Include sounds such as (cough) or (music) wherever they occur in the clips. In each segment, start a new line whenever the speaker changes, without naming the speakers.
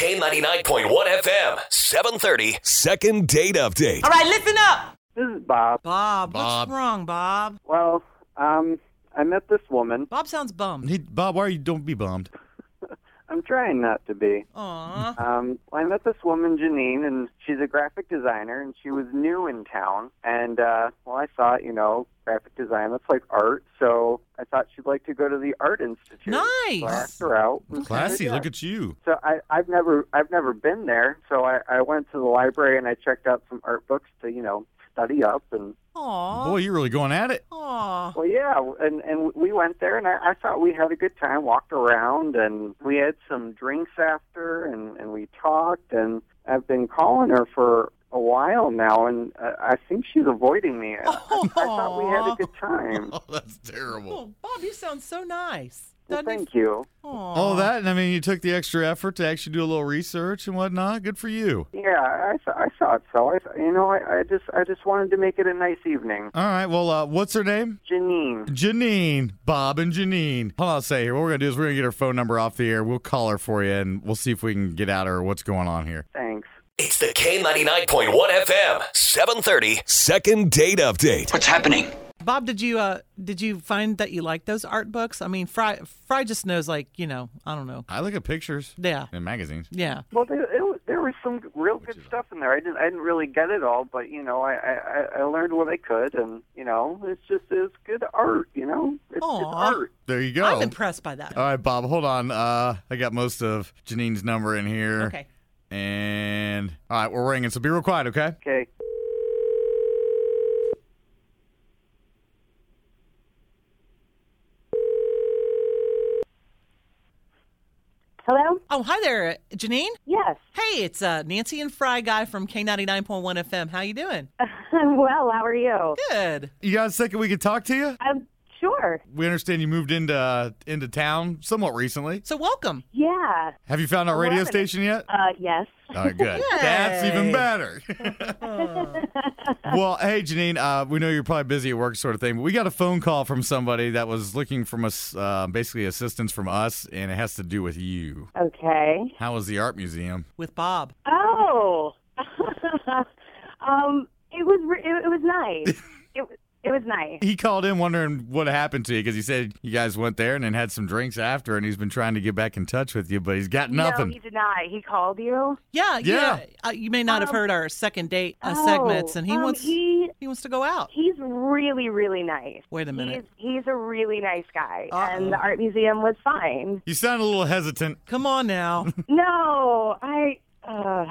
K99.1 FM, 730.
Second date update.
All right, listen up.
This is Bob.
Bob,
Bob.
what's wrong, Bob?
Well, um, I met this woman.
Bob sounds bummed.
Hey, Bob, why are you don't be bummed?
I'm trying not to be.
(laughs)
Aw.
Um, I met this woman, Janine, and she's a graphic designer, and she was new in town. And, uh, well, I thought, you know, graphic design, that's like art. So I thought she'd like to go to the Art Institute. So I
Nice.
asked her out.
Classy,
Yeah.
look at you.
So I, I've never, I've never been there. So I, I went to the library and I checked out some art books to, you know, study up. And
Aw.
Boy, you're really going
(laughs)
at it.
Aw.
well, yeah, and and we went there, and I, I thought we had a good time. Walked around, and we had some drinks after, and and we talked, and I've been calling her for a while now, and uh, I think she's avoiding me. I, I thought we had a good time.
Oh, that's terrible.
Oh, Bob, you sound so nice.
Well,
Doesn't it-
thank you.
Aw.
All Oh, that, and I mean, you took the extra effort to actually do a little research and whatnot. Good for you.
Yeah, I th- I thought so. I th- you know, I, I just I just wanted to make it a nice evening.
All right, well, uh, what's her name?
Janine.
Janine. Bob and Janine. Hold on a second here. What we're going to do is we're going to get her phone number off the air. We'll call her for you, and we'll see if we can get at her what's going on here.
Thanks.
It's the K99.1 FM, 730.
Second date update.
What's happening?
Bob, did you uh did you find that you like those art books? I mean, Fry Fry just knows like, you know, I don't know.
I look at pictures
Yeah.
and magazines.
Yeah.
Well, there, it, was- there was some real good stuff in there. I didn't, I didn't really get it all, but you know, I, I, I- I learned what I could, and you know, it's just it's good art. You know, it's, it's
Aw.
art.
There you go.
I'm impressed by that.
All right, Bob, hold on. Uh, I got most of Janine's number in here.
Okay.
And all right, we're ringing, so be real quiet, okay?
Okay.
Hello?
Oh, hi there, Janine.
Yes. (laughs)
Hey, it's uh, Nancy and Fry guy from K99.1 FM. How you
(laughs)
doing?
I'm well. How are you?
Good.
You got a second we could talk to you?
I'm sure.
We understand you moved into uh, into town somewhat recently.
So welcome.
Yeah.
Have you found our radio
Eleven.
station
(laughs)
yet?
Uh, yes.
All right, good. That's even
Yay.
better. (laughs) well, hey, Janine, uh, we know you're probably busy at work, sort of thing, but we got a phone call from somebody that was looking from us, uh, basically assistance from us, and it has to do with you.
Okay.
How was the art museum?
With Bob.
Oh. (laughs) um, it was re- it, it was nice. it was- it was nice.
He called in wondering what happened to you because he said you guys went there and then had some drinks after, and he's been trying to get back in touch with you, but he's got nothing.
No, he did not. He called you.
Yeah,
Yeah.
Uh, you may not have
Um,
heard our second date uh,
Oh,
segments, and he
um,
wants he,
He
wants to go out.
he's really really nice.
Wait a
He's
minute.
he's a really nice guy,
Uh-oh.
and the art museum was fine.
you sound a little hesitant.
Come on now.
no, I. Uh,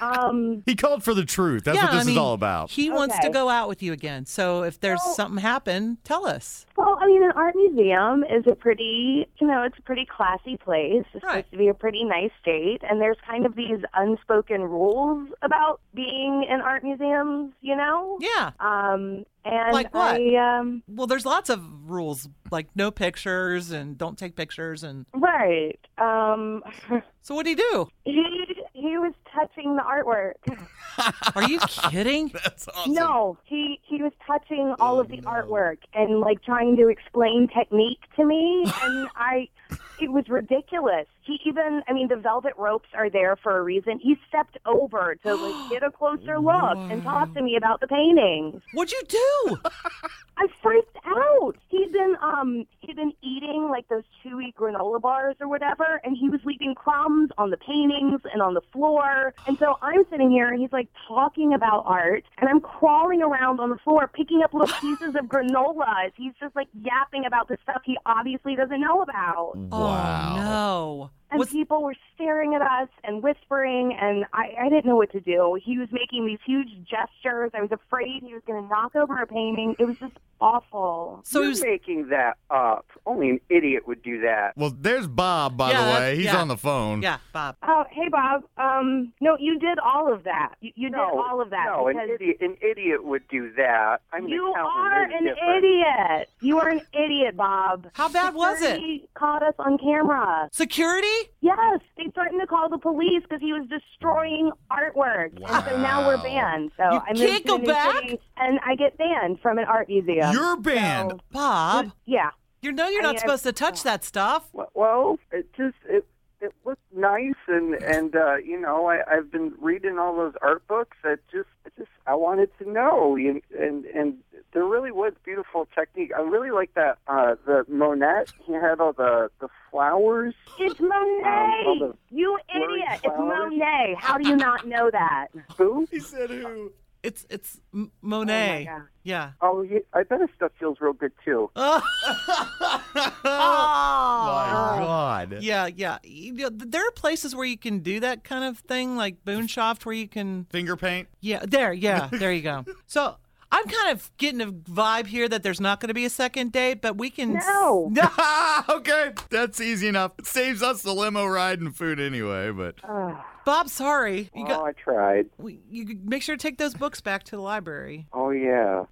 um.
He called for the truth. (laughs) That's
yeah,
what this
I mean,
is all about.
He wants to
Okay.
go out with you again. So if there's
Well-
something happen, tell us.
Well, I mean, an art museum is a pretty, you know, it's a pretty classy place. It's
Right.
supposed to be a pretty nice date, and there's kind of these unspoken rules about being in art museums, you know.
Yeah.
Um, and
Like what?
I, um,
Well, there's lots of rules like no pictures and don't take pictures and
right. Um,
So what do you do?
he he was touching the artwork. (laughs)
Are
(laughs)
you kidding?
That's awesome.
No, he he was touching all of the artwork and like trying to explain technique to me, and I, it was ridiculous. He even, I mean, the velvet ropes are there for a reason. He stepped over to like get a closer look and talk to me about the paintings.
What'd you
(laughs)
do?
I freaked out. He'd been um he'd been eating like those chewy granola bars or whatever, and he was leaving crumbs on the paintings and on the floor. And so I'm sitting here, and he's like talking about art, and I'm crawling around on the floor picking up little pieces of granola. as He's just like yapping about the stuff he obviously doesn't know about.
Wow.
Oh no.
And
What's-
people were staring at us and whispering, and I, I didn't know what to do. He was making these huge gestures. I was afraid he was going to knock over a painting. It was just awful.
so he
You're
was
making that up. Only an idiot would do that.
Well, there's Bob, by
Yeah,
the
that's-
way. He's
yeah.
on the phone.
Yeah, Bob.
Oh, hey, Bob. Um, no, you did all of that. You, you did
No,
all of that.
No, an
because
idiot, an idiot would do that. I'm an
You
accountant.
are
It's
an
different.
idiot. You are an idiot, Bob.
How bad was it?
Security caught us on camera.
Security?
Yes, they threatened to call the police because he was destroying artwork, and so now we're
Wow.
banned. So
You
I'm
can't go
in
back?
and I get banned from an art museum.
You're banned.
So,
Bob,
yeah.
you know you're
I
not
mean,
supposed to touch that stuff.
Well, Well, it just it it looked nice, and and uh, you know I, I've been reading all those art books. I just I just I wanted to know, and and, and there really was beautiful technique. I really like that uh, the Monet. He had all the the flowers.
It's
all
Monet.
the
you
flurry
idiot. It's
flowers.
Monet. How do you not know that?
Who?
He said who?
It's it's M- Monet.
God.
(laughs) yeah. Oh.
Oh, he, I bet his stuff feels real good too.
My God.
Yeah, yeah. You know, th- there are places where you can do that kind of thing, like Boonshoft, where you can.
Finger paint. (laughs)
Yeah, there, yeah, there you (laughs) go. So I'm kind of getting a vibe here that there's not going to be a second date, but we can. s-
No.
okay, that's easy enough. It saves us the limo ride and food anyway. But
Bob, sorry. You
oh,
got.
I tried.
we- You could make sure to take those books back to the library.
Oh yeah.